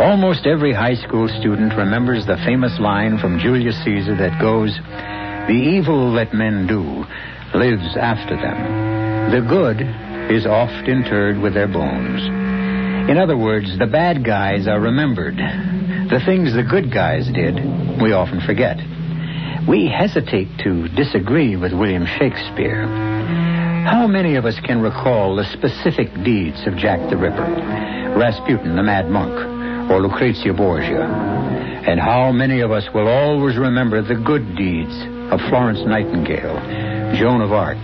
Almost every high school student remembers the famous line from Julius Caesar that goes, The evil that men do lives after them. The good is oft interred with their bones. In other words, the bad guys are remembered. The things the good guys did, we often forget. We hesitate to disagree with William Shakespeare. How many of us can recall the specific deeds of Jack the Ripper, Rasputin the Mad Monk, or Lucrezia Borgia? And how many of us will always remember the good deeds of Florence Nightingale, Joan of Arc,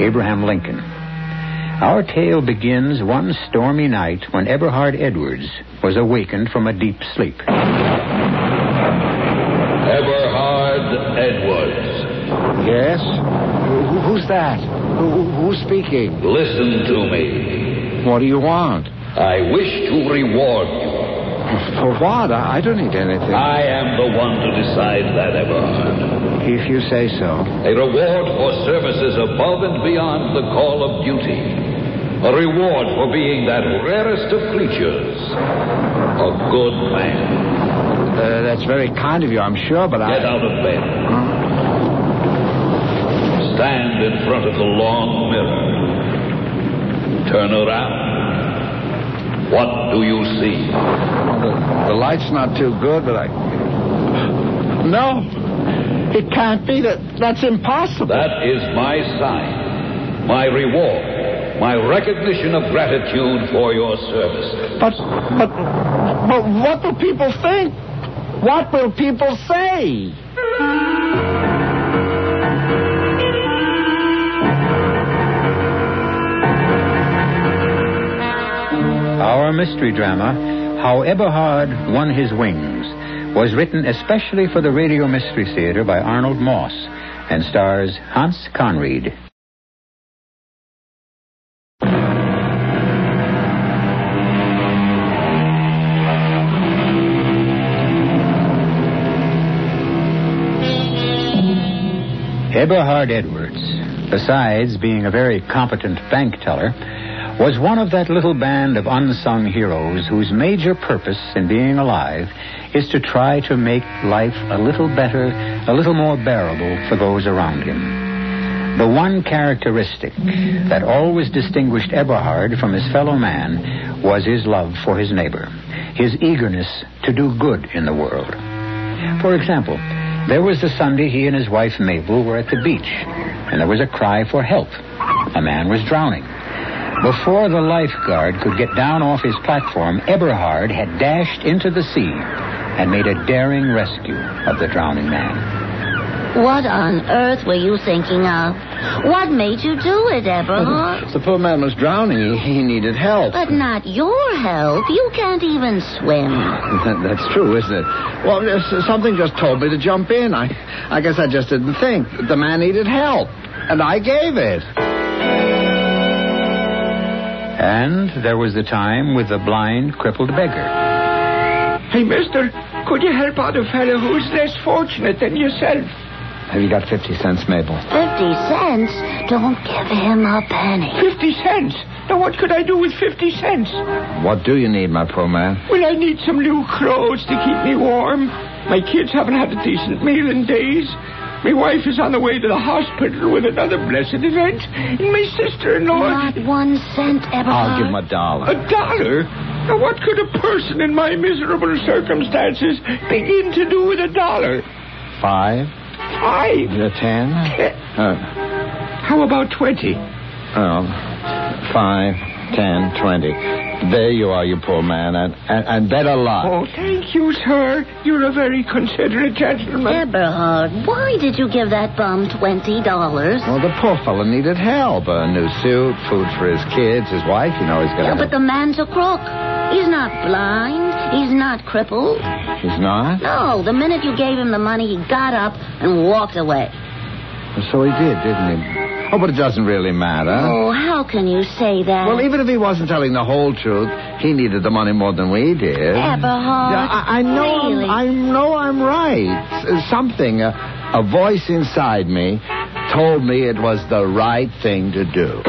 Abraham Lincoln? Our tale begins one stormy night when Eberhard Edwards was awakened from a deep sleep. Eberhard Edwards. Yes? Who's that? Who's speaking? Listen to me. What do you want? I wish to reward you. For what? I don't need anything. I am the one to decide that, Eberhard. If you say so. A reward for services above and beyond the call of duty. A reward for being that rarest of creatures, a good man. Uh, that's very kind of you, I'm sure, but Get out of bed. I. Stand in front of the long mirror. Turn around. What do you see? The, the light's not too good, but I. No! It can't be. That, that's impossible. That is my sign, my reward, my recognition of gratitude for your services. But, but, but what will people think? What will people say? Our mystery drama, How Eberhard Won His Wings, was written especially for the Radio Mystery Theater by Arnold Moss and stars Hans Conried. Eberhard Edwards, besides being a very competent bank teller, was one of that little band of unsung heroes whose major purpose in being alive is to try to make life a little better, a little more bearable for those around him. The one characteristic that always distinguished Eberhard from his fellow man was his love for his neighbor, his eagerness to do good in the world. For example, there was the Sunday he and his wife Mabel were at the beach, and there was a cry for help. A man was drowning. Before the lifeguard could get down off his platform, Eberhard had dashed into the sea and made a daring rescue of the drowning man. What on earth were you thinking of? What made you do it, Uh-huh. Eberhard? The poor man was drowning. He, he needed help. But not your help. You can't even swim. That- that's true, isn't it? Well, s- something just told me to jump in. I, I guess I just didn't think. The man needed help, and I gave it. And there was the time with the blind, crippled beggar. Hey, mister, could you help out a fellow who's less fortunate than yourself? Have you got 50 cents, Mabel? Fifty cents? Don't give him a penny. Fifty cents? Now, what could I do with fifty cents? What do you need, my poor man? Well, I need some new clothes to keep me warm. My kids haven't had a decent meal in days. My wife is on the way to the hospital with another blessed event. And my sister-in-law... Not one cent, I'll Eberhard. give him a A dollar. dollar? Now, what could a person in my miserable circumstances begin to do with a dollar? Five? Five. A ten? Uh, How about twenty? Oh, five, ten, twenty. There you are, you poor man, and, and, and better luck. Oh, thank you, sir. You're a very considerate gentleman. Eberhard, why did you give that bum twenty dollars? Well, Oh, the poor fellow needed help. A new suit, food for his kids, his wife, you know, he's got Yeah, but the man's a crook. He's not blind. He's not crippled. He's not? No, the minute you gave him the money, he got up and walked away. So he did, didn't he? Oh, but it doesn't really matter. Oh, how can you say that? Well, even if he wasn't telling the whole truth, he needed the money more than we did. Eberhard, Yeah, I, I know. really? I'm, I know I'm right. S- Something, a, a voice inside me, told me it was the right thing to do.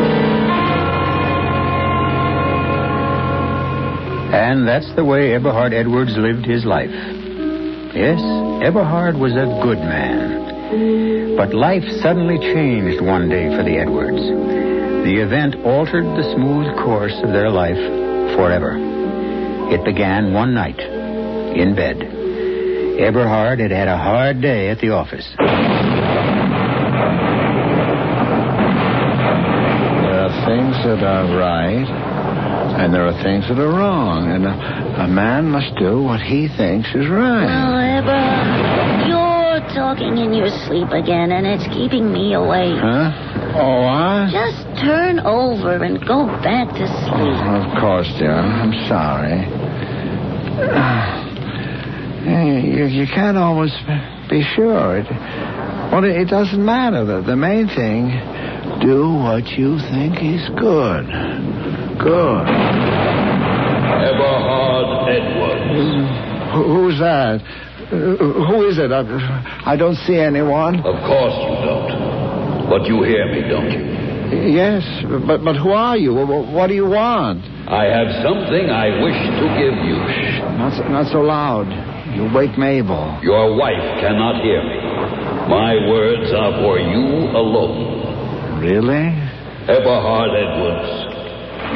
And that's the way Eberhard Edwards lived his life. Yes, Eberhard was a good man. But life suddenly changed one day for the Edwards. The event altered the smooth course of their life forever. It began one night in bed. Eberhard had had a hard day at the office. There are things that are right, and there are things that are wrong, and a, a man must do what he thinks is right. Oh, Eberhard, you're talking in your sleep again, and it's keeping me awake. Huh? Oh, I? Just turn over and go back to sleep. Of course, dear. I'm sorry. Eh, You, you can't always be sure. It, well, it, it doesn't matter. The, the main thing, do what you think is good. Good. Eberhard Edwards. Who, who's that? Uh, Who is it? I, I don't see anyone. Of course you don't. But you hear me, don't you? Yes, but, but who are you? Wh- What do you want? I have something I wish to give you. Not so, not so loud. You wake Mabel. Your wife cannot hear me. My words are for you alone. Really? Eberhard Edwards,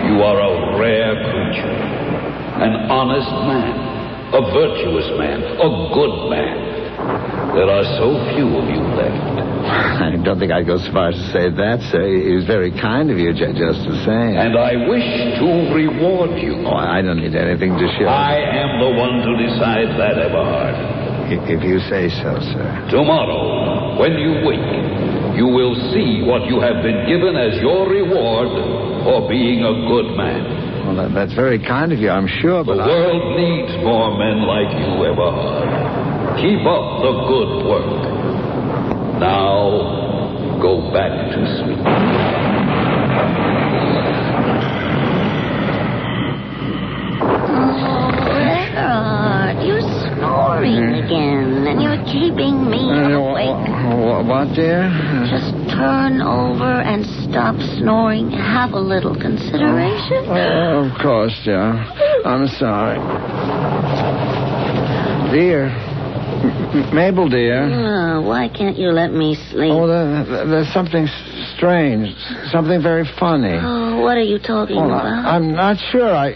you are a rare creature, an honest man, a virtuous man, a good man. There are so few of you left, I don't think I'd go so far as to say that, sir. It was very kind of you, ju- just the same. and I wish to reward you. oh, I don't need anything to show. I am the one to decide that, Eberhard. I- If you say so, sir. Tomorrow, when you wake, you will see what you have been given as your reward for being a good man. Well, that, that's very kind of you, I'm sure, The but I- world needs more men like you, Eberhard. Keep up the good work. Now, go back to sleep. Oh, Eberhard, you're snoring again, and you're keeping me Mm-hmm. Uh, awake. wh- wh- what, dear? Just turn over and stop snoring. Have a little consideration. Oh, of course, dear. I'm sorry. Dear. M- M- Mabel, dear. Oh, why can't you let me sleep? Oh, there, there- there's something s- strange, s- something very funny. Oh, what are you talking Well, about? I, am not sure. I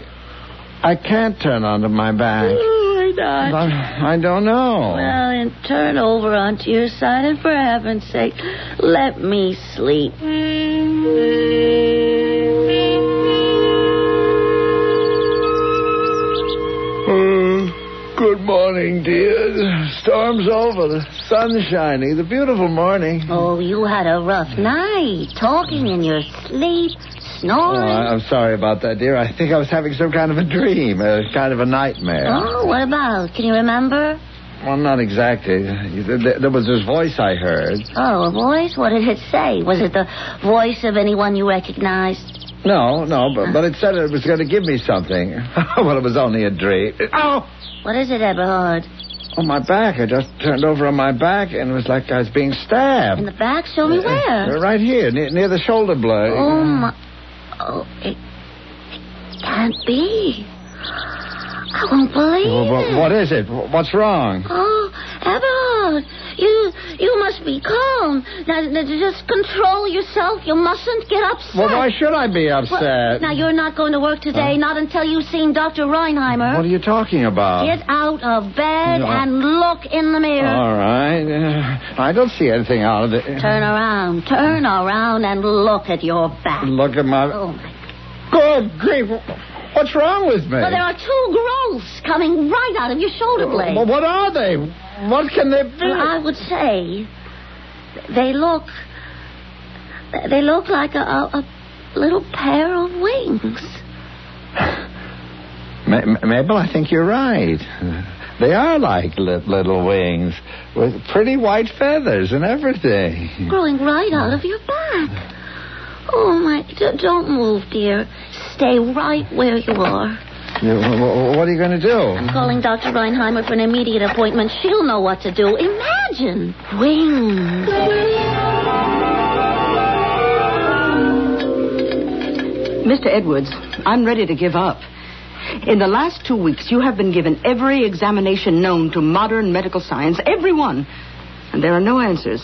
I can't turn onto my back. Oh, my God. I, I don't know. Well, then turn over onto your side, and for heaven's sake, let me sleep. Uh, good morning, dear. The Storm's over. The sun's shining. The beautiful morning. Oh, you had a rough night, talking in your sleep, Oh, I, snoring. I'm sorry about that, dear. I think I was having some kind of a dream, a kind of a nightmare. Oh, what about? Can you remember? Well, not exactly. There, there was this voice I heard. Oh, a voice? What did it say? Was it the voice of anyone you recognized? No, no, but, but it said it was going to give me something. well, it was only a dream. Oh! What is it, Eberhard? On my back. I just turned over on my back and it was like I was being stabbed. In the back? Show me Uh, where. Right here, near, near the shoulder blade. Oh, my. Oh, it, it can't be. I won't believe Well, it. wha- what is it? Wha- What's wrong? Oh, Eberhard, you you must be calm. Now, now just control yourself. You mustn't get upset. Well, why should I be Well, upset? now you're not going to work today, not until you've seen Dr. Reinheimer. what are you talking about? Get out of bed No. and look in the mirror. All right. Uh, I don't see anything out of it. Turn around, turn around, and look at your back. Look at my. Oh my! Good grief. What's wrong with me? Well, there are two growths coming right out of your shoulder blade. Well, what are they? What can they be? Well, I would say they look they look like a, a, a little pair of wings. Ma- Ma- Mabel, I think you're right. They are like li- little wings with pretty white feathers and everything. Growing right out of your back. Oh, my. D- don't move, dear. Stay right where you are. You- wh- wh- What are you going to do? Calling Dr. Reinheimer for an immediate appointment. She'll know what to do. Imagine. Wings. Mr. Edwards, I'm ready to give up. In the last two weeks, you have been given every examination known to modern medical science, every one, and there are no answers.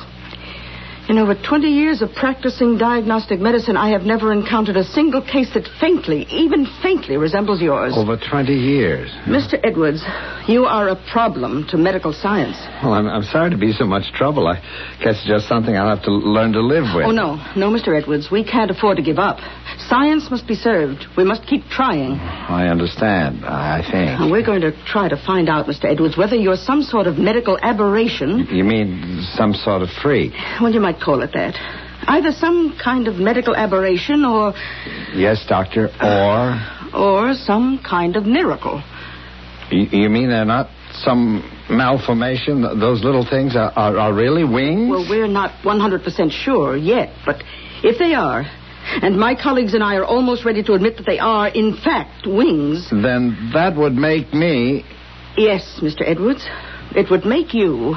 In over 20 years of practicing diagnostic medicine, I have never encountered a single case that faintly, even faintly, resembles yours. Over 20 years. Mr. Edwards, you are a problem to medical science. Well, I'm, I'm sorry to be so much trouble. I guess it's just something I'll have to learn to live with. Oh, no, no, Mr. Edwards, we can't afford to give up. Science must be served. We must keep trying. I understand, I Now, think. we're going to try to find out, Mr. Edwards, whether you're some sort of medical aberration. You mean some sort of freak? Well, you might call it that. Either some kind of medical aberration or, Yes, doctor. Or or some kind of miracle. you, you mean they're not some malformation? Th- Those little things are, are, are really wings? Well, we're not 100% sure yet, but if they are, and my colleagues and I are almost ready to admit that they are, in fact, wings, Then that would make me. yes, Mr. Edwards, it would make you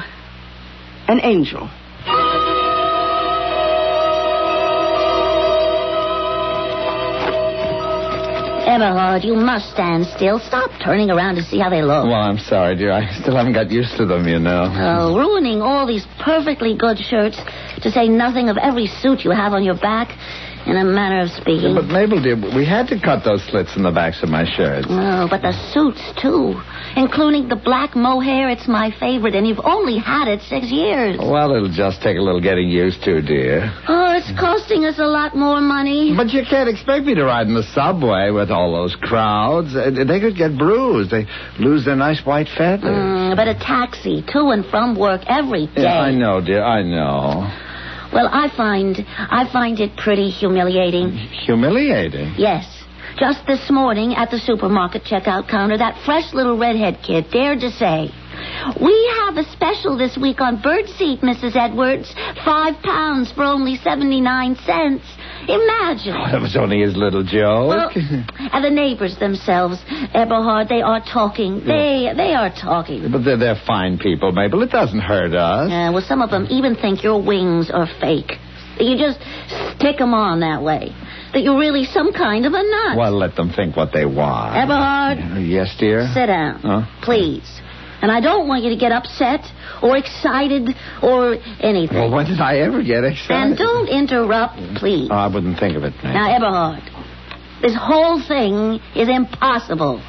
an angel. Eberhard, you must stand still. Stop turning around to see how they look. Well, I'm sorry, dear. I still haven't got used to them, you know. Oh, ruining all these perfectly good shirts, to say nothing of every suit you have on your back, in a manner of speaking. But Mabel, dear, we had to cut those slits in the backs of my shirts. Oh, but the suits, too. Including the black mohair, it's my favorite, and you've only had it six years. Well, it'll just take a little getting used to, dear. Oh, it's costing us a lot more money. But you can't expect me to ride in the subway with all those crowds. Uh, They could get bruised. They lose their nice white feathers. Mm, but a taxi to and from work every day. Yeah, I know, dear. I know. Well, I find I find it pretty humiliating. Humiliating. Yes. Just this morning at the supermarket checkout counter, that fresh little redhead kid dared to say, "We have a special this week on birdseed, Mrs. Edwards. Five pounds for only seventy-nine cents. Imagine." That was only his little joke. Well, and the neighbors themselves, Eberhard, they are talking. They they are talking. But they're, they're fine people, Mabel. It doesn't hurt us. Uh, well, some of them even think your wings are fake. That You just stick 'em on that way. That you're really some kind of a nut. Well, let them think what they want. Eberhard, Uh, Yes, dear? sit down, Huh? please. And I don't want you to get upset or excited or anything. Well, when did I ever get excited? and don't interrupt, please. Oh, I wouldn't think of it, Mabel. now, Eberhard, this whole thing is impossible.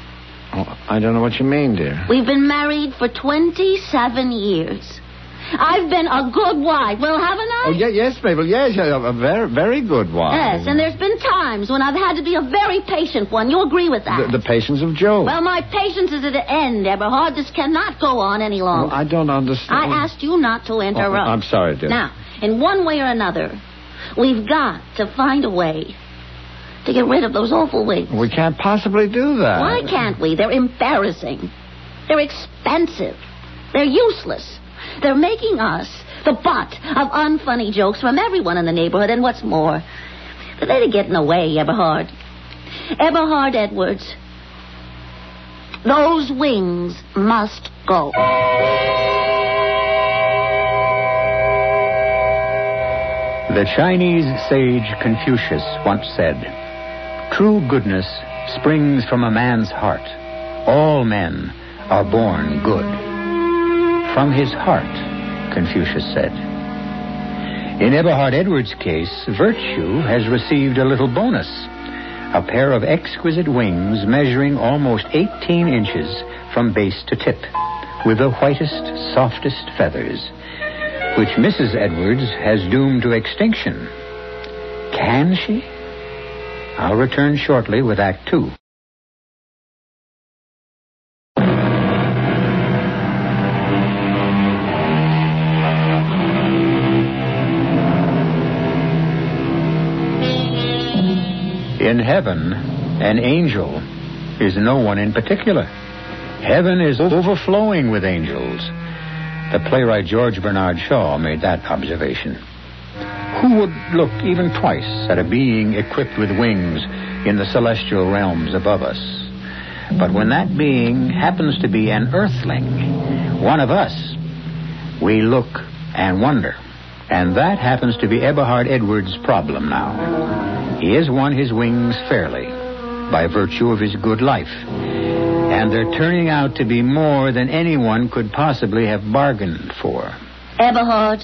Oh, I don't know what you mean, dear. We've been married for 27 years. I've been a good wife. Well, haven't I? Oh, yeah, yes, Mabel. Yes, a, a very, very good one. Yes, and there's been times when I've had to be a very patient one. You agree with that? The, the patience of Joe. Well, my patience is at an end, Eberhard. This cannot go on any Oh, longer. I don't understand. I asked you not to Mm-hmm. Oh, interrupt. I'm sorry, dear. Now, in one way or another, we've got to find a way to get rid of those awful wings. We can't possibly do that. Why can't we? They're embarrassing. They're expensive. They're useless. They're making us the butt of unfunny jokes from everyone in the neighborhood, and what's more, they're getting away, Eberhard. Eberhard Edwards, those wings must go. The Chinese sage Confucius once said, True goodness springs from a man's heart. All men are born good. From his heart, Confucius said. In Eberhard Edwards' case, virtue has received a little bonus a pair of exquisite wings measuring almost 18 inches from base to tip, with the whitest, softest feathers, which Mrs. Edwards has doomed to extinction. Can she? I'll return shortly with Act Two. In heaven, an angel, is no one in particular. Heaven is overflowing with angels. The playwright George Bernard Shaw made that observation. Who would look even twice at a being equipped with wings in the celestial realms above us? But when that being happens to be an earthling, one of us, we look and wonder. And that happens to be Eberhard Edwards' problem now. He has won his wings fairly by virtue of his good life. And they're turning out to be more than anyone could possibly have bargained for. Eberhard,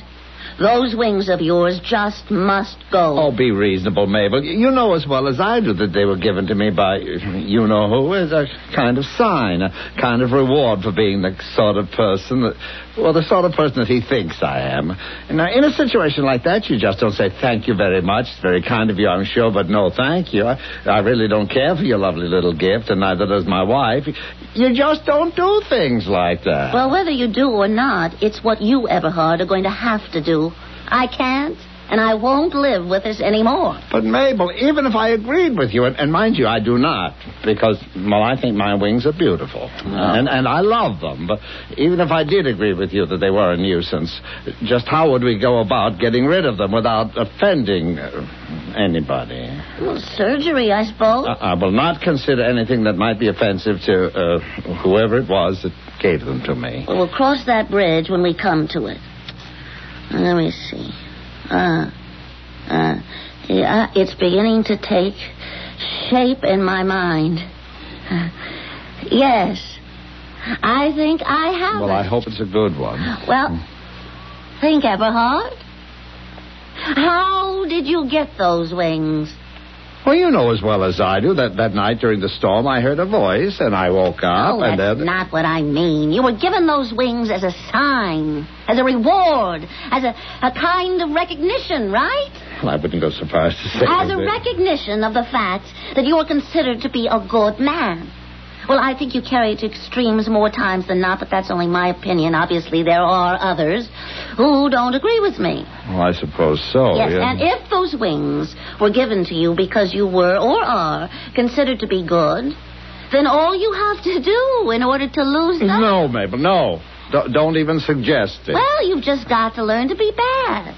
those wings of yours just must go. Oh, be reasonable, Mabel. You know as well as I do that they were given to me by you know who as a kind of sign, a kind of reward for being the sort of person that, well, the sort of person that he thinks I am. Now, in a situation like that, you just don't say thank you very much. It's very kind of you, I'm sure, but no thank you. I, I really don't care for your lovely little gift, and neither does my wife. You just don't do things like that. Well, whether you do or not, it's what you, Eberhard, are going to have to do. I can't, and I won't live with this anymore. But, Mabel, even if I agreed with you, and, and mind you, I do not, because, well, I think my wings are beautiful. And, and I love them. But even if I did agree with you that they were a nuisance, just how would we go about getting rid of them without offending uh, anybody? Well, surgery, I suppose. I, I will not consider anything that might be offensive to uh, whoever it was that gave them to me. Well, we'll cross that bridge when we come to it. Let me see. Uh, uh, yeah, it's beginning to take shape in my mind. Uh, yes, I think I have Well, I it. hope it's a good one. Well, think, Eberhard. How did you get those wings? Well, you know as well as I do that that night during the storm, I heard a voice and I woke up oh, and that's then. not what I mean. You were given those wings as a sign, as a reward, as a, a kind of recognition, right? Well, I wouldn't go so far as to say. As a that- recognition of the fact that you are considered to be a good man. Well, I think you carry it to extremes more times than not, but that's only my opinion. Obviously, there are others who don't agree with me. Well, Oh, I suppose so. yes, yeah. and if those wings were given to you because you were or are considered to be good, then all you have to do in order to lose them, No, Mabel, no. D- don't even suggest it. well, you've just got to learn to be bad,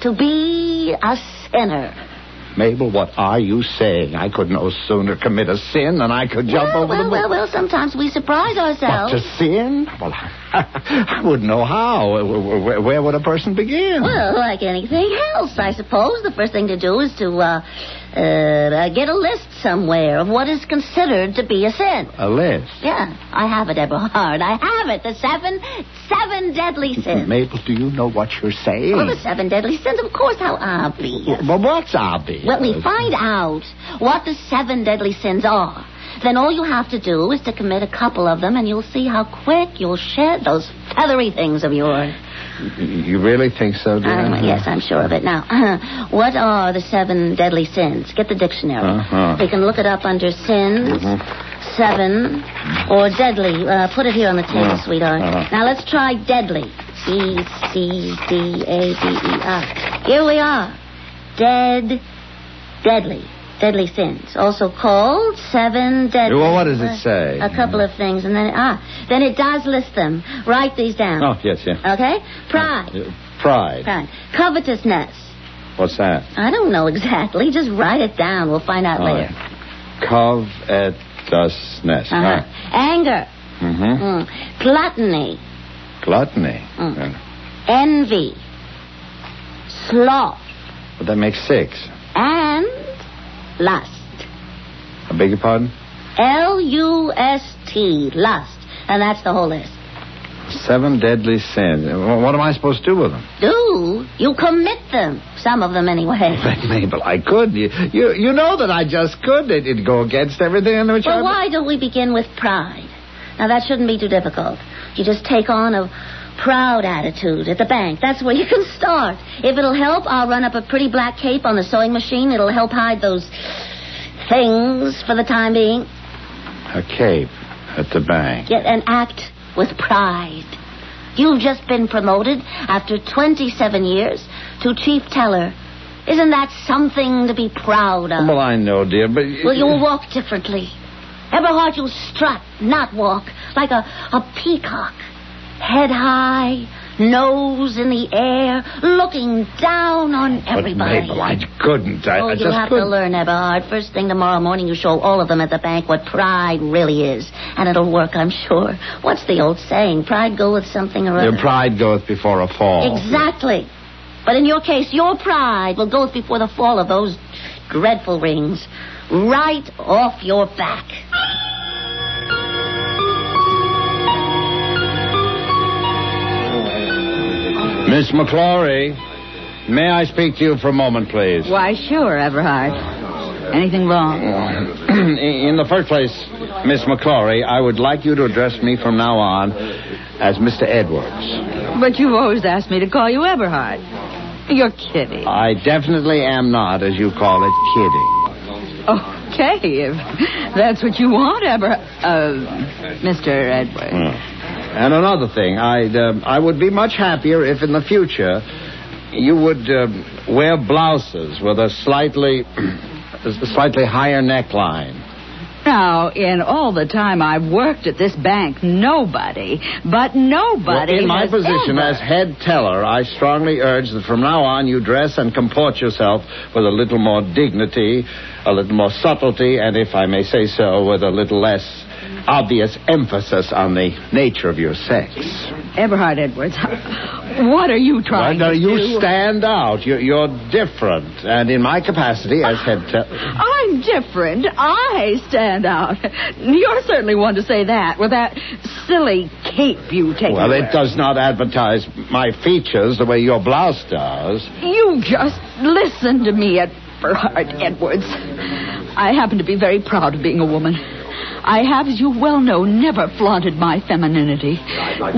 to be a sinner. Mabel, what are you saying? I could no sooner commit a sin than I could jump well, over well, the well, well, sometimes we surprise What, ourselves. to sin? Well, I wouldn't know how. Where- Where, where would a person begin? Well, like anything else, I suppose the first thing to do is to uh, uh, uh, get a list somewhere of what is considered to be a sin. A list. Yeah, I have it, Eberhard. I have it. The seven, seven deadly Mm-hmm. sins. Mabel, do you know what you're saying? Well, the seven deadly sins, of course. How obvious. Well, what's obvious? When we find out what the seven deadly sins are, then all you have to do is to commit a couple of them, and you'll see how quick you'll shed those feathery things of yours. You really think so, dear? Um, yes, I'm sure of it. Now, what are the seven deadly sins? Get the dictionary. Uh-huh. Mm-hmm. We can look it up under sins, seven, or deadly. Uh, put it here on the table, Uh, sweetheart. uh-huh. Now, let's try deadly. D C D A D E R. Here we are. Dead, deadly. Deadly sins, also called seven deadly. Well, what does it say? A couple of things, and then ah, then it does list them. Write these down. Oh, yes, yeah. Okay, pride. Pride. Right. Covetousness. What's that? I don't know exactly. Just write it down. We'll find out later. Covetousness. Uh-huh. Anger. Mm-hmm. Mm. Gluttony. Gluttony. Mm. Yeah. Envy. Sloth. Well, that makes six. And lust. I beg your pardon? L U S T. Lust. And that's the whole list. Seven deadly sins. Wh- What am I supposed to do with them? Do you commit them? Some of them, anyway. But Mabel, I could. You, you, you know that I just could. It, it'd go against everything in which Well, I... why don't we begin with pride? Now, that shouldn't be too difficult. You just take on a proud attitude at the bank. That's where you can start. If it'll help, I'll run up a pretty black cape on the sewing machine. It'll help hide those things for the time being. A cape at the bank. Get and act with pride. You've just been promoted after 27 years to chief teller. Isn't that something to be proud of? Well, I know, dear, but... Well, you'll walk differently. Everhard, you strut, not walk, like a, a peacock. Head high, nose in the air, looking down on everybody. Mabel, I couldn't. I, Oh, I you just have to couldn't. learn, Everhard. First thing tomorrow morning, you show all of them at the bank what pride really is. And it'll work, I'm sure. What's the old saying? Pride go with something or other. Your pride goeth before a fall. Exactly. But in your case, your pride will go before the fall of those dreadful rings. Right off your back. Miss McClory, may I speak to you for a moment, please? Why, sure, Everhard. Anything wrong? In the first place, Miss McClory, I would like you to address me from now on as Mr. Edwards. But you've always asked me to call you Everhard. You're kidding. I definitely am not, as you call it, kidding. Okay, if that's what you want, Ever... Uh, Mr. Edward. And another thing, I'd, um I would be much happier if in the future you would um wear blouses with a slightly, a slightly higher neckline. Now, in all the time I've worked at this bank, nobody, but nobody Well, in my has position ever- as head teller, I strongly urge that from now on you dress and comport yourself with a little more dignity, a little more subtlety, and if I may say so, with a little less obvious emphasis on the nature of your sex. Everhard Edwards, what are you Why trying no, to you do? stand out. You're, you're different, and in my capacity as head teller. I'm different. I stand out. You're certainly one to say that with that silly cape you take. Well, wear. it does not advertise my features the way your blouse does. You just listen to me, Everhard Edwards. I happen to be very proud of being a woman. I have, as you well know, never flaunted my femininity,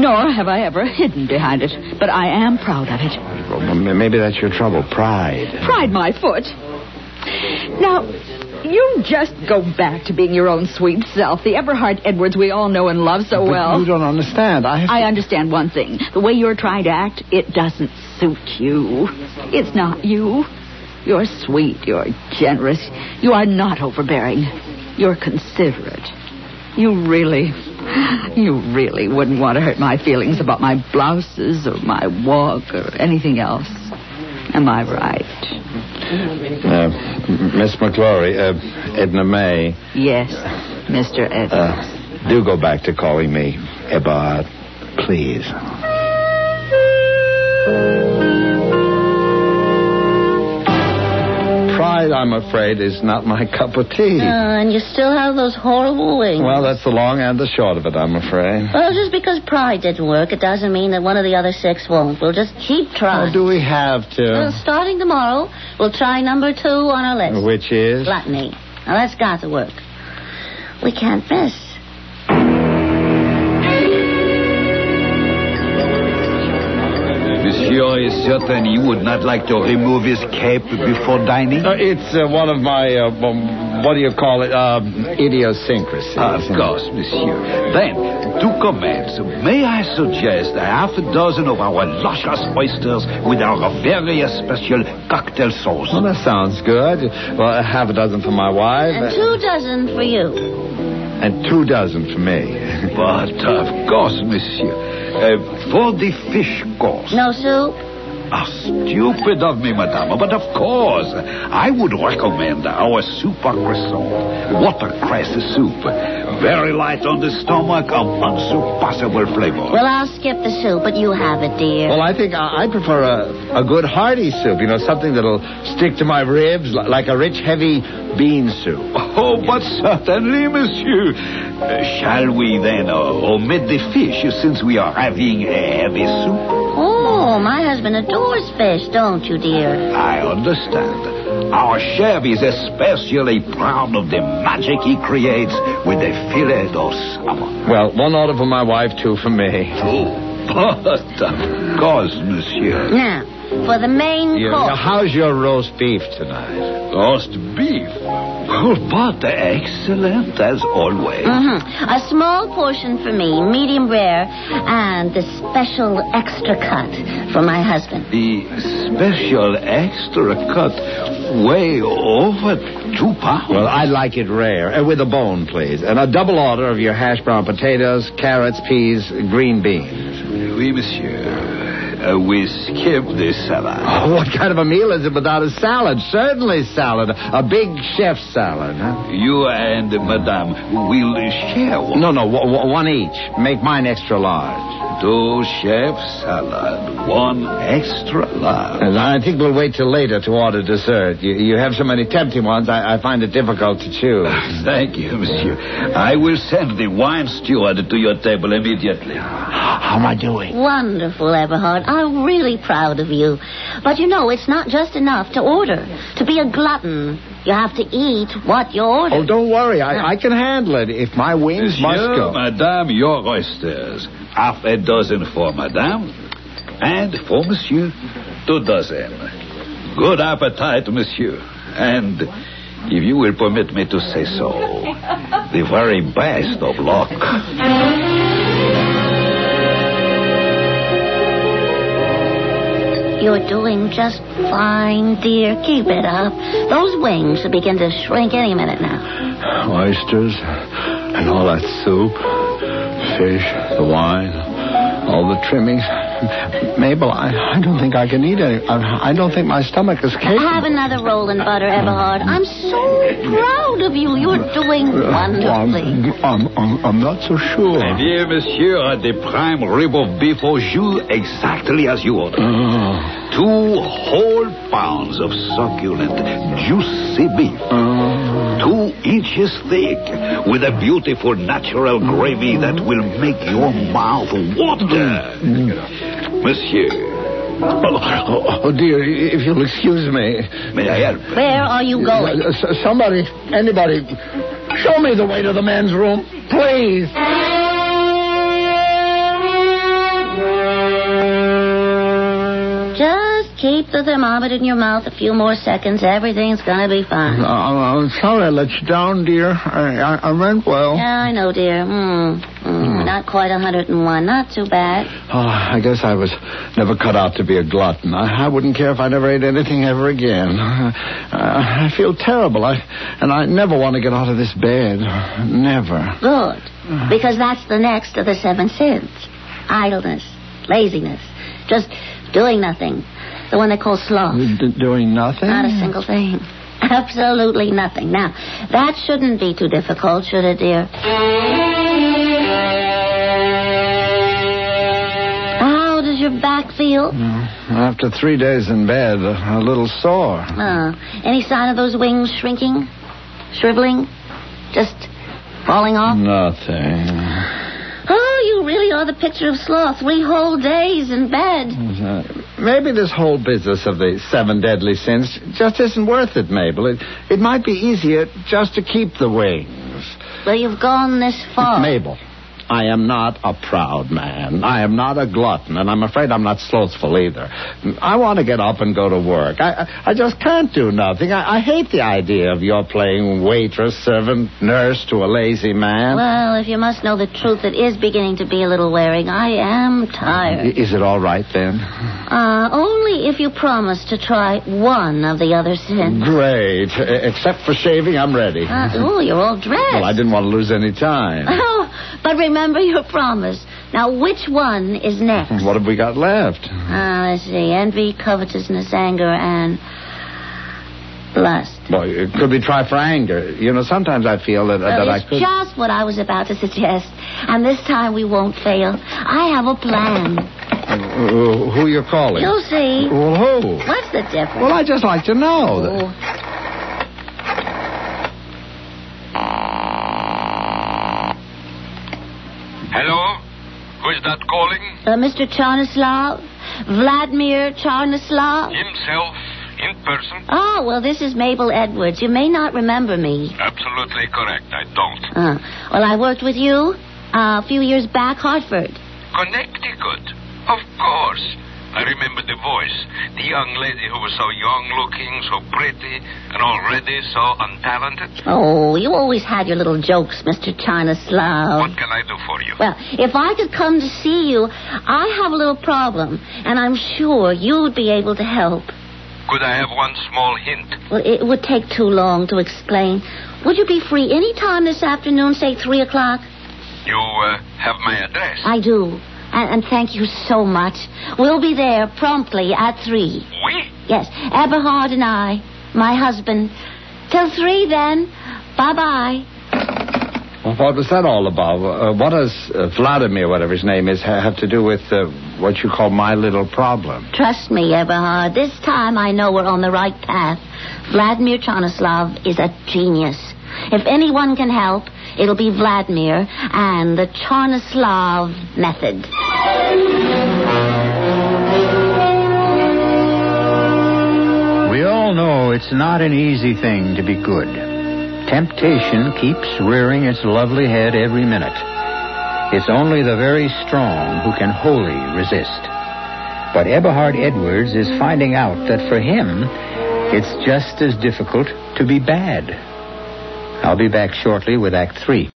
nor have I ever hidden behind it. But I am proud of it. Well, m- maybe that's your trouble, pride. Pride my foot. Now, you just go back to being your own sweet self, the Everhard Edwards we all know and love so But well. you don't understand. I have I understand one thing. The way you're trying to act, it doesn't suit you. It's not you. You're sweet. You're generous. You are not overbearing. You're considerate. You really, you really wouldn't want to hurt my feelings about my blouses or my walk or anything else. Am I right? Uh, M- Miss McClory, uh, Edna May, Yes, Mr. Edwards. uh, do go back to calling me Ebbard, please. Pride, I'm afraid, is not my cup of tea. Uh, and you still have those horrible wings. Hmm. Well, that's the long and the short of it, I'm afraid. Well, just because pride didn't work, it doesn't mean that one of the other six won't. We'll just keep How trying. do we have Well, to? starting tomorrow, we'll try number two on our list. Which is? Gluttony. Now, that's got to work. We can't miss. Monsieur is certain you would not like to remove his cape before dining? Uh, it's uh, one of my, uh, um, what do you call it, uh, idiosyncrasies. Of course, monsieur. Then, to commence, may I suggest a half a dozen of our luscious oysters with our very special cocktail sauce? Well, that sounds good. Well, half a dozen for my wife. And two dozen for you. And two dozen for me. But of course, monsieur. Uh, for the fish course. No soup? Ah, stupid of me, madame. But of course, I would recommend our super croissant, watercress soup. Very light on the stomach, of unsurpassable flavor. Well, I'll skip the soup, but you have it, dear. Well, I think I, I prefer a, a good hearty soup, you know, something that'll stick to my ribs, li- like a rich, heavy bean soup. Oh, but certainly, monsieur. Uh, shall we then uh, omit the fish since we are having a heavy soup? Oh, my husband adores fish, don't you, dear? I understand. Our chef is especially proud of the magic he creates with the filet of salmon. Well, one order for my wife, two for me. Oh, but of course, monsieur. Now, for the main You- course. how's your roast beef tonight? Roast beef. Well, but excellent as always. Uh-huh. Mhm. A small portion for me, medium rare, and the special extra cut for my husband. The special extra cut way over two pounds. Well, I'd like it rare, uh, with a bone, please, and a double order of your hash brown potatoes, carrots, peas, green beans. Oui, monsieur. Uh, we skip the salad. Oh, what kind of a meal is it without a salad? Certainly salad, a big chef salad. Huh? You and madame will share one. No, no, w- w- one each. Make mine extra large. Two chef salad, one extra large. And I think we'll wait till later to order dessert. You, you have so many tempting ones, I, I find it difficult to choose. Thank you, monsieur. I will send the wine steward to your table immediately. How am I doing? Wonderful, Eberhard. I'm really proud of you. But you know, it's not just enough to order. To be a glutton, you have to eat what you order. Oh, don't worry. I, I can handle it if my wings must Monsieur, go. madame, your oysters. Half a dozen for madame, and for monsieur, two dozen. Good appetite, monsieur. And if you will permit me to say so, the very best of luck. You're doing just fine, dear. Keep it up. Those wings should begin to shrink any minute now. oysters and all that soup, fish, the wine, all the trimmings. Mabel, I, I don't think I can eat any. I, I don't think my stomach is capable. Have another roll and butter, Eberhard. I'm so proud of you. You're doing wonderfully. I'm, I'm, I'm not so sure. And here, Eh monsieur, the prime rib of beef au jus, exactly as you ordered. Uh, Two whole pounds of succulent, juicy beef. uh. Two inches thick, with a beautiful natural gravy that will make your mouth water. Monsieur. Oh, dear, if you'll excuse me. May I help? Where are you going? Uh, s- Somebody, anybody, show me the way to the men's room, please. Just keep the thermometer in your mouth a few more seconds. Everything's gonna be fine. Uh, I'm sorry I let you down, dear. I, I, I meant well. Yeah, I know, dear. Mm, mm, Not quite 101. Not too bad. Oh, I guess I was never cut out to be a glutton. I, I wouldn't care if I never ate anything ever again. I, I feel terrible, I, and I never want to get out of this bed. Never. Good. Because that's the next of the seven sins idleness, laziness, just doing nothing. The one they call sloth. D- doing nothing? Not a single thing. Absolutely nothing. Now, that shouldn't be too difficult, should it, dear? How does your back feel? After three days in bed, a little sore. Uh, any sign of those wings shrinking? Shriveling? Just falling Mm. off? Nothing. Oh, you really are the picture of sloth. Three whole days in bed. Uh, maybe this whole business of the seven deadly sins just isn't worth it, Mabel. It, it might be easier just to keep the wings. Well, you've gone this far. Mabel, I am not a proud man. I am not a glutton, and I'm afraid I'm not slothful either. I want to get up and go to work. I, I, I just can't do nothing. I, I hate the idea of your playing waitress, servant, nurse to a lazy man. Well, if you must know the truth, it is beginning to be a little wearing. I am I- tired. Is it all right then? Uh, only if you promise to try one of the other sins. Great. E- Except for shaving, I'm ready. Uh, oh, you're all dressed. Well, I didn't want to lose any time. Oh, but remember your promise. Now, which one is next? What have we got left? Ah, let's see. Envy, covetousness, anger, and lust. Well, it could we try for anger? You know, sometimes I feel that, that Well, I it's could. just what I was about to suggest. And this time we won't fail. I have a plan. Uh, who you're calling? You'll see. Well, who? What's the difference? Well, I'd just like to know. Oh, Hello? Who is that calling? Uh, Mr. Charnislav? Vladimir Charnislav? Himself? In person? Oh, well, this is Mabel Edwards. You may not remember me. Absolutely correct. I don't. Uh, well, I worked with you uh, a few years back, Hartford. Connecticut? Of course. I remember the voice. The young lady who was so young looking, so pretty, and already so untalented. Oh, you always had your little jokes, Mr. Chinaslav. What can I do for you? Well, if I could come to see you, I have a little problem, and I'm sure you'd be able to help. Could I have one small hint? Well, it would take too long to explain. Would you be free any time this afternoon, say 3 o'clock? You uh, have my address. I do. And, and thank you so much. We'll be there promptly at 3. We? Yes, Eberhard and I, my husband. Till 3 then. Bye-bye. Well, What was that all about? Uh, what does uh, Vladimir, whatever his name is, ha- have to do with uh, what you call my little problem? Trust me, Eberhard. This time I know we're on the right path. Vladimir Chanislav is a genius. If anyone can help, it'll be Vladimir and the Chanislav method. We all know it's not an easy thing to be good. Temptation keeps rearing its lovely head every minute. It's only the very strong who can wholly resist. But Eberhard Edwards is finding out that for him, it's just as difficult to be bad. I'll be back shortly with Act Three.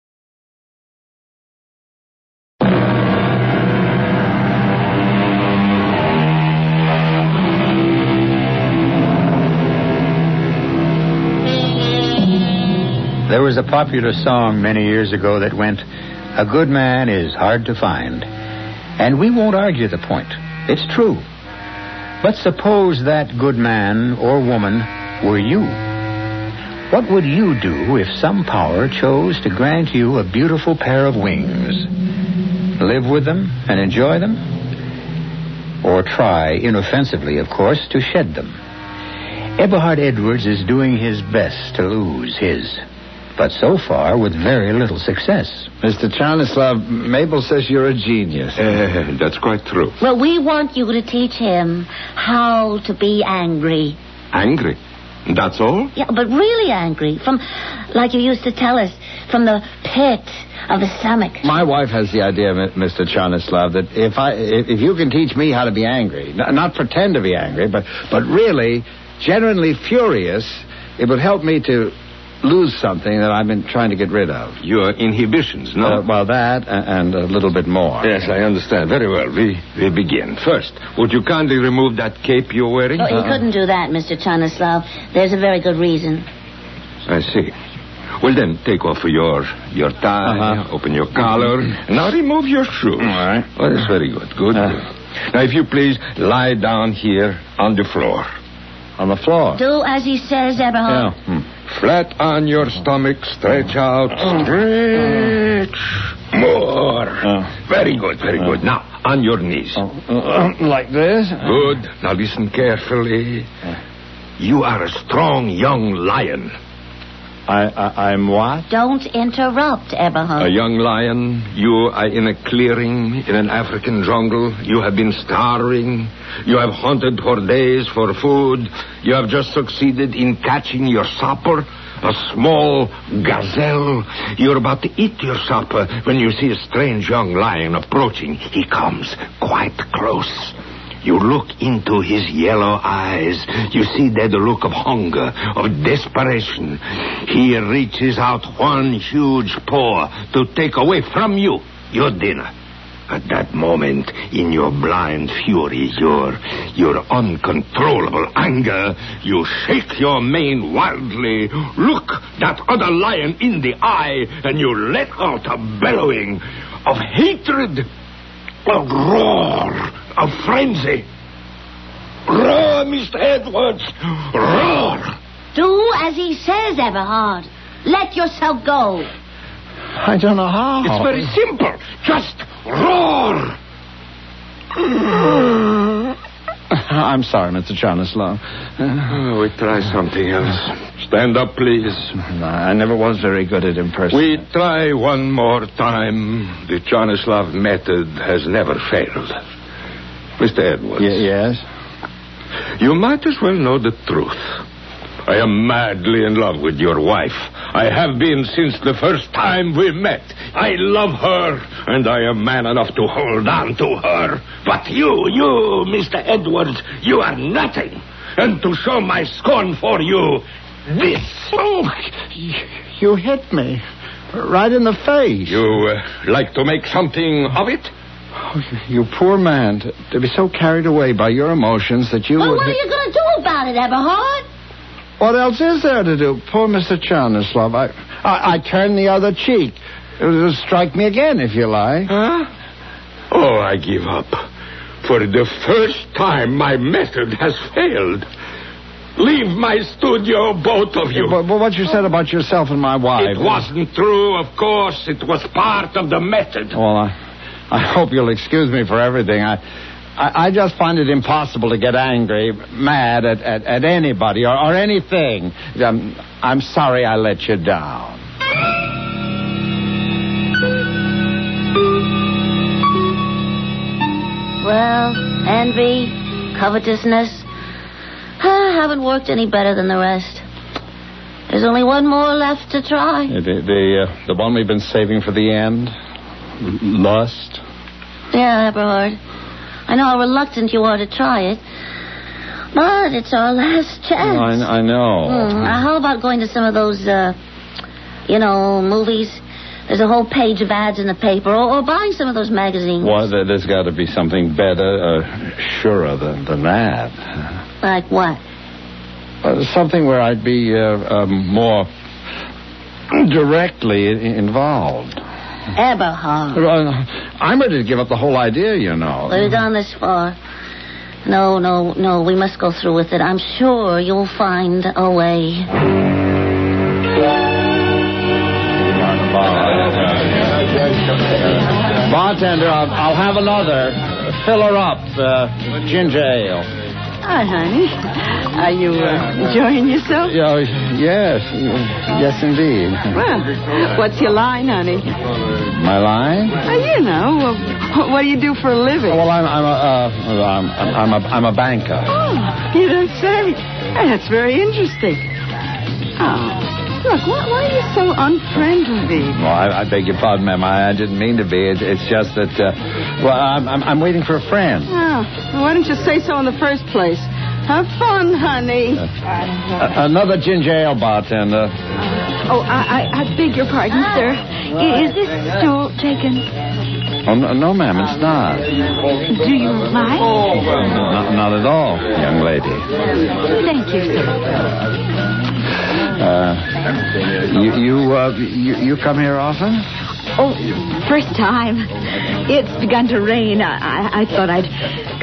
There was a popular song many years ago that went, A good man is hard to find. And we won't argue the point. It's true. But suppose that good man or woman were you. What would you do if some power chose to grant you a beautiful pair of wings? Live with them and enjoy them? Or try, inoffensively, of course, to shed them? Eberhard Edwards is doing his best to lose his, but so far with very little success. Mr. Chanislav, Mabel says you're a genius. Eh, that's quite true. Well, we want you to teach him how to be angry. Angry. That's all? Yeah, but really angry. From, like you used to tell us, from the pit of the stomach. My wife has the idea, M- Mr. Chanislav, that if I if, if you can teach me how to be angry, n- not pretend to be angry, but but really genuinely furious, it would help me to lose something that I've been trying to get rid of. Your inhibitions, no? Uh, well, that a- and a little bit more. Yes, I understand. Very well. We, we begin. First, would you kindly remove that cape you're wearing? Oh, you couldn't do that, Mr. Chanislav. There's a very good reason. I see. Well, then, take off your your tie, Uh-huh. open your collar. Now remove your shoes. All right. Oh, that's very good. Good. Uh. good. Now, if you please, lie down here on the floor. On the floor. Do as he says, Eberhard. Flat on your stomach, stretch out, stretch. Oh. More. Oh. Very good, very good. Now, on your knees. Uh, like this? Uh. Good. Now listen carefully. You are a strong young lion. I, I I'm what? Don't interrupt, A Oh, Eberhard. young lion, you are in a clearing in an African jungle. You have been starving. You have hunted for days for food. You have just succeeded in catching your supper, a small gazelle. You're about to eat your supper when you see a strange young lion approaching. He comes quite close. You look into his yellow eyes. You see there the look of hunger, of desperation. He reaches out one huge paw to take away from you your dinner. At that moment, in your blind fury, your, your uncontrollable anger, you shake your mane wildly, look that other lion in the eye, and you let out a bellowing of hatred. A roar of frenzy. Roar, Mr. Edwards. Roar. Do as he says, Eberhard. Let yourself go. I don't know how. It's very simple. Just roar. I'm sorry, Mr. Chanislav. Oh, we try something else. Stand up, please. I never was very good at We impersonating. try one more time. The Chanislav method has never failed. Mr. Edwards. yes. You might as well know the truth. I am madly in love with your wife. I have been since the first time we met. I love her, and I am man enough to hold on to her. But you, you, Mr. Edwards, you are nothing. And to show my scorn for you, this. Oh, You hit me. Right in the face. you uh, like to make something of it? Oh, you you poor man. To, to be so carried away by your emotions that you. Well, would- what are you going to do about it, Eberhard? What else is there to do? Poor Mr. Chernislov. I, I, I turned the other cheek. It'll strike me again if you lie. Huh? Oh, I give up. For the first time, my method has failed. Leave my studio, both of you. But, but what you said about yourself and my wife. It wasn't true, of course. It was part of the method. Well, I, I hope you'll excuse me for everything. I, I, I just find it impossible to get angry, mad at, at, at anybody or, or anything. Um, I'm sorry I let you down. Well, envy, covetousness. I haven't worked any better than the rest. There's only one more left to try. The, the, uh, the one we've been saving for the end? Lust? Yeah, Eberhard. I know how reluctant you are to try it, but it's our last chance. I, I know. Hmm, uh, how about going to some of those, uh, you know, movies? There's a whole page of ads in the paper, or, or buying some of those magazines. Well, there- there's got to be something better, uh, surer than, than that. Like what? Uh, something where I'd be uh, um, more directly i- involved. Mm-hmm. Eberhard. Uh, I'm ready to give up the whole idea, you know. We've gone this far. No, no, no. We must go through with it. I'm sure you'll find a way. Bartender, I'll, I'll have another. Fill her up, uh, ginger ale. Hi, honey. Are you uh, enjoying yourself? Yeah, oh, yes, yes, indeed. Well, what's your line, honey? My line? Uh, you know, uh, what do you do for a living? Well, I'm, I'm, a, uh, I'm, I'm, a, I'm a banker. Oh, you don't say. Hey, That's very interesting. Oh, look, why, why are you so unfriendly? Well, I, I beg your pardon, ma'am. I, I didn't mean to be. It, it's just that, uh, well, I'm, I'm, I'm waiting for a friend. Oh, why don't you say so in the first place? Have fun, honey. A- another ginger ale bartender. Oh, I, I, I beg your pardon, sir. I- Is this stool taken? Oh, no, no, ma'am, it's not. Do you mind? Oh. Not, not at all, young lady. Thank you, sir. Uh, you, you, uh, you, you come here often? Oh, first time. It's begun to rain. I, I, I thought I'd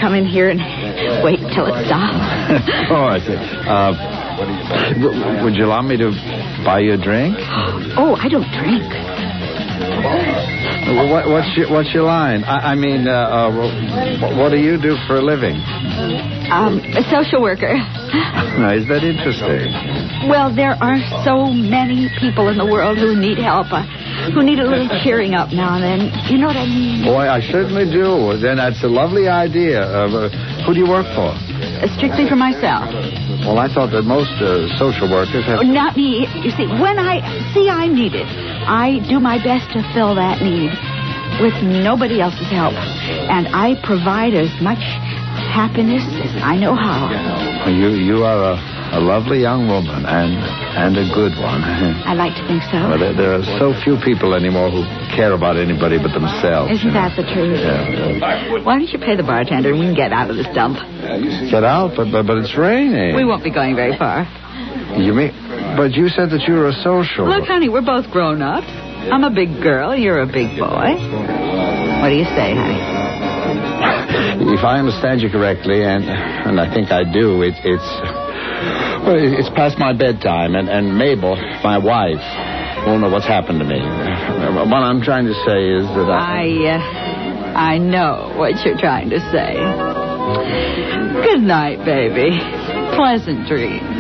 come in here and wait till it of stopped. course. Oh, Uh, w- would you allow me to buy you a drink? Oh, I don't drink. Wh- What, what's, your, what's your line? I, I mean, uh, uh, wh- what do you do for a living? Um, a social worker. Now, is that interesting? Well, there are so many people in the world who need help, uh, who need a little cheering up now and then. You know what I mean? Boy, I certainly do. Then that's a lovely idea. Uh, uh, who do you work for? Uh, Strictly for myself. Well, I thought that most uh, social workers have. Oh, not me. You see, when I see I'm needed, I do my best to fill that need with nobody else's help. And I provide as much happiness as I know how. You you are a, a lovely young woman and and a good one. I like to think Well, so. there, there are so few people anymore who care about anybody but themselves. you Isn't that the truth? Yeah. Why don't you pay the bartender and we can get out of this dump? know. Get out, but, but but it's raining. We won't be going very far. You mean? But you said that you were a social. Look, honey, we're both grown ups. I'm a big girl, you're a big boy. What do you say, honey? If I understand you correctly, and and I think I do, it, it's well, it- it's past my bedtime, and and Mabel, my wife, won't know what's happened to me. What I'm trying to say is that I, uh, I know what you're trying to say. Good night, baby. Pleasant dreams.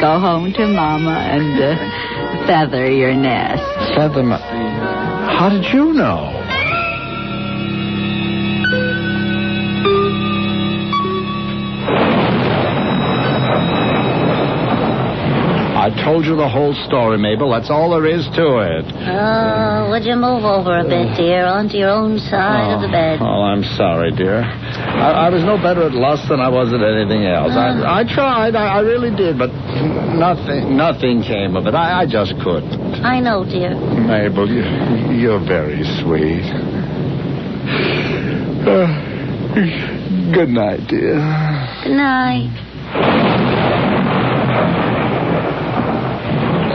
Go home to mama and uh, feather your nest. Feather my... How did you know? told you the whole story, Mabel. That's all there is to it. Oh, would you move over a bit, dear, onto your own side of the bed? Oh, I'm sorry, dear. I, I was no better at lust than I was at anything else. I, I tried, I, I really did, but nothing nothing came of it. I, I just couldn't. I know, dear. Mabel, you, you're very sweet. Uh, good night, dear. Good night.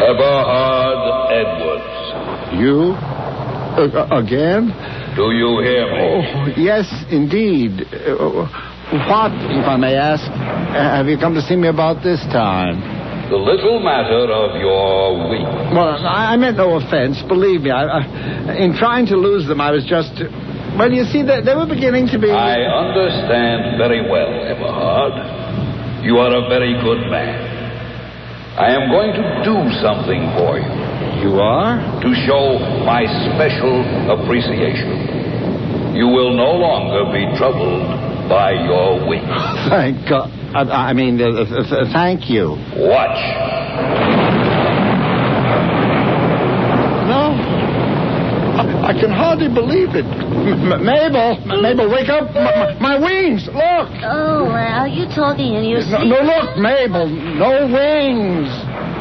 Eberhard Edwards. You? Uh, A- again? Do you hear me? Oh, yes, indeed. Uh, What, if I may ask, uh, have you come to see me about this time? The little matter of your week. Well, I, I meant no offense. Believe me, I, I, in trying to lose them, I was just. Well, you see, they, they were beginning to be. I understand very well, Eberhard. You are a very good man. I am going to do something for you You are? to show my special appreciation. You will no longer be troubled by your wit. Thank God. I, I mean, uh, th- th- thank you. Watch. No. I, I can hardly believe it. M- M- Mabel, M- Mabel, wake up. M- my wings, look. Oh, Al, you talking in your No, sleep? no, look, Mabel, no wings.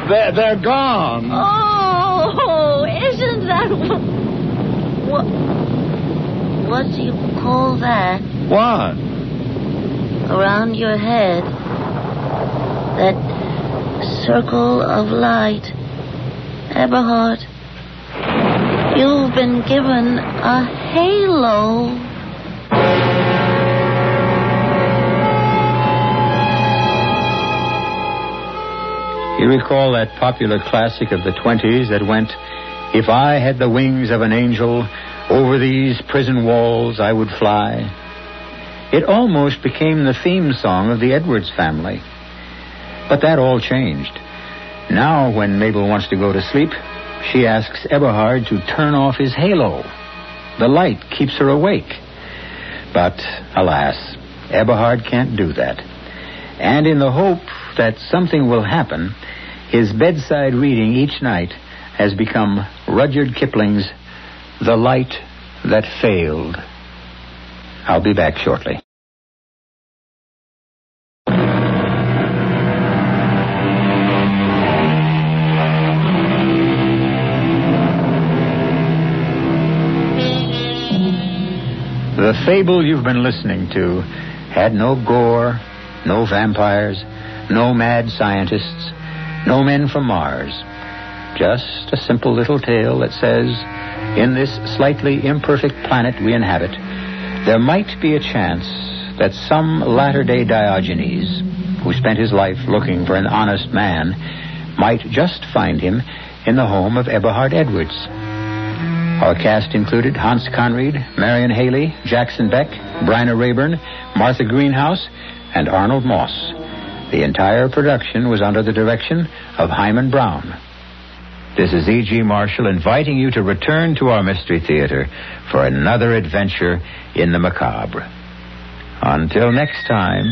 They're, they're gone. Oh, isn't that what? What do you call that What? around your head? That circle of light, Eberhard. You've been given a halo. You recall that popular classic of the 20s that went, If I had the wings of an angel, over these prison walls I would fly. It almost became the theme song of the Edwards family. But that all changed. Now, when Mabel wants to go to sleep, she asks Eberhard to turn off his halo. The light keeps her awake. But, alas, Eberhard can't do that. And in the hope that something will happen, his bedside reading each night has become Rudyard Kipling's The Light That Failed. I'll be back shortly. The fable you've been listening to had no gore, no vampires, no mad scientists, no men from Mars. Just a simple little tale that says, in this slightly imperfect planet we inhabit, there might be a chance that some latter day Diogenes, who spent his life looking for an honest man, might just find him in the home of Eberhard Edwards. Our cast included Hans Conried, Marion Haley, Jackson Beck, Bryna Rayburn, Martha Greenhouse, and Arnold Moss. The entire production was under the direction of Hyman Brown. This is E.G. Marshall inviting you to return to our Mystery Theater for another adventure in the macabre. Until next time,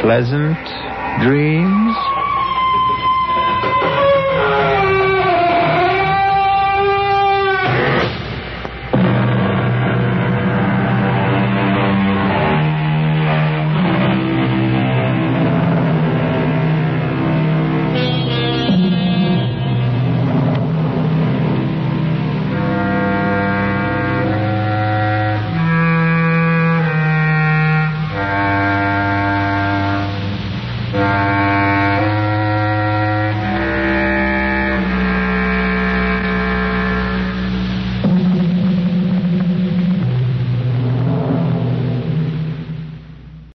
pleasant dreams.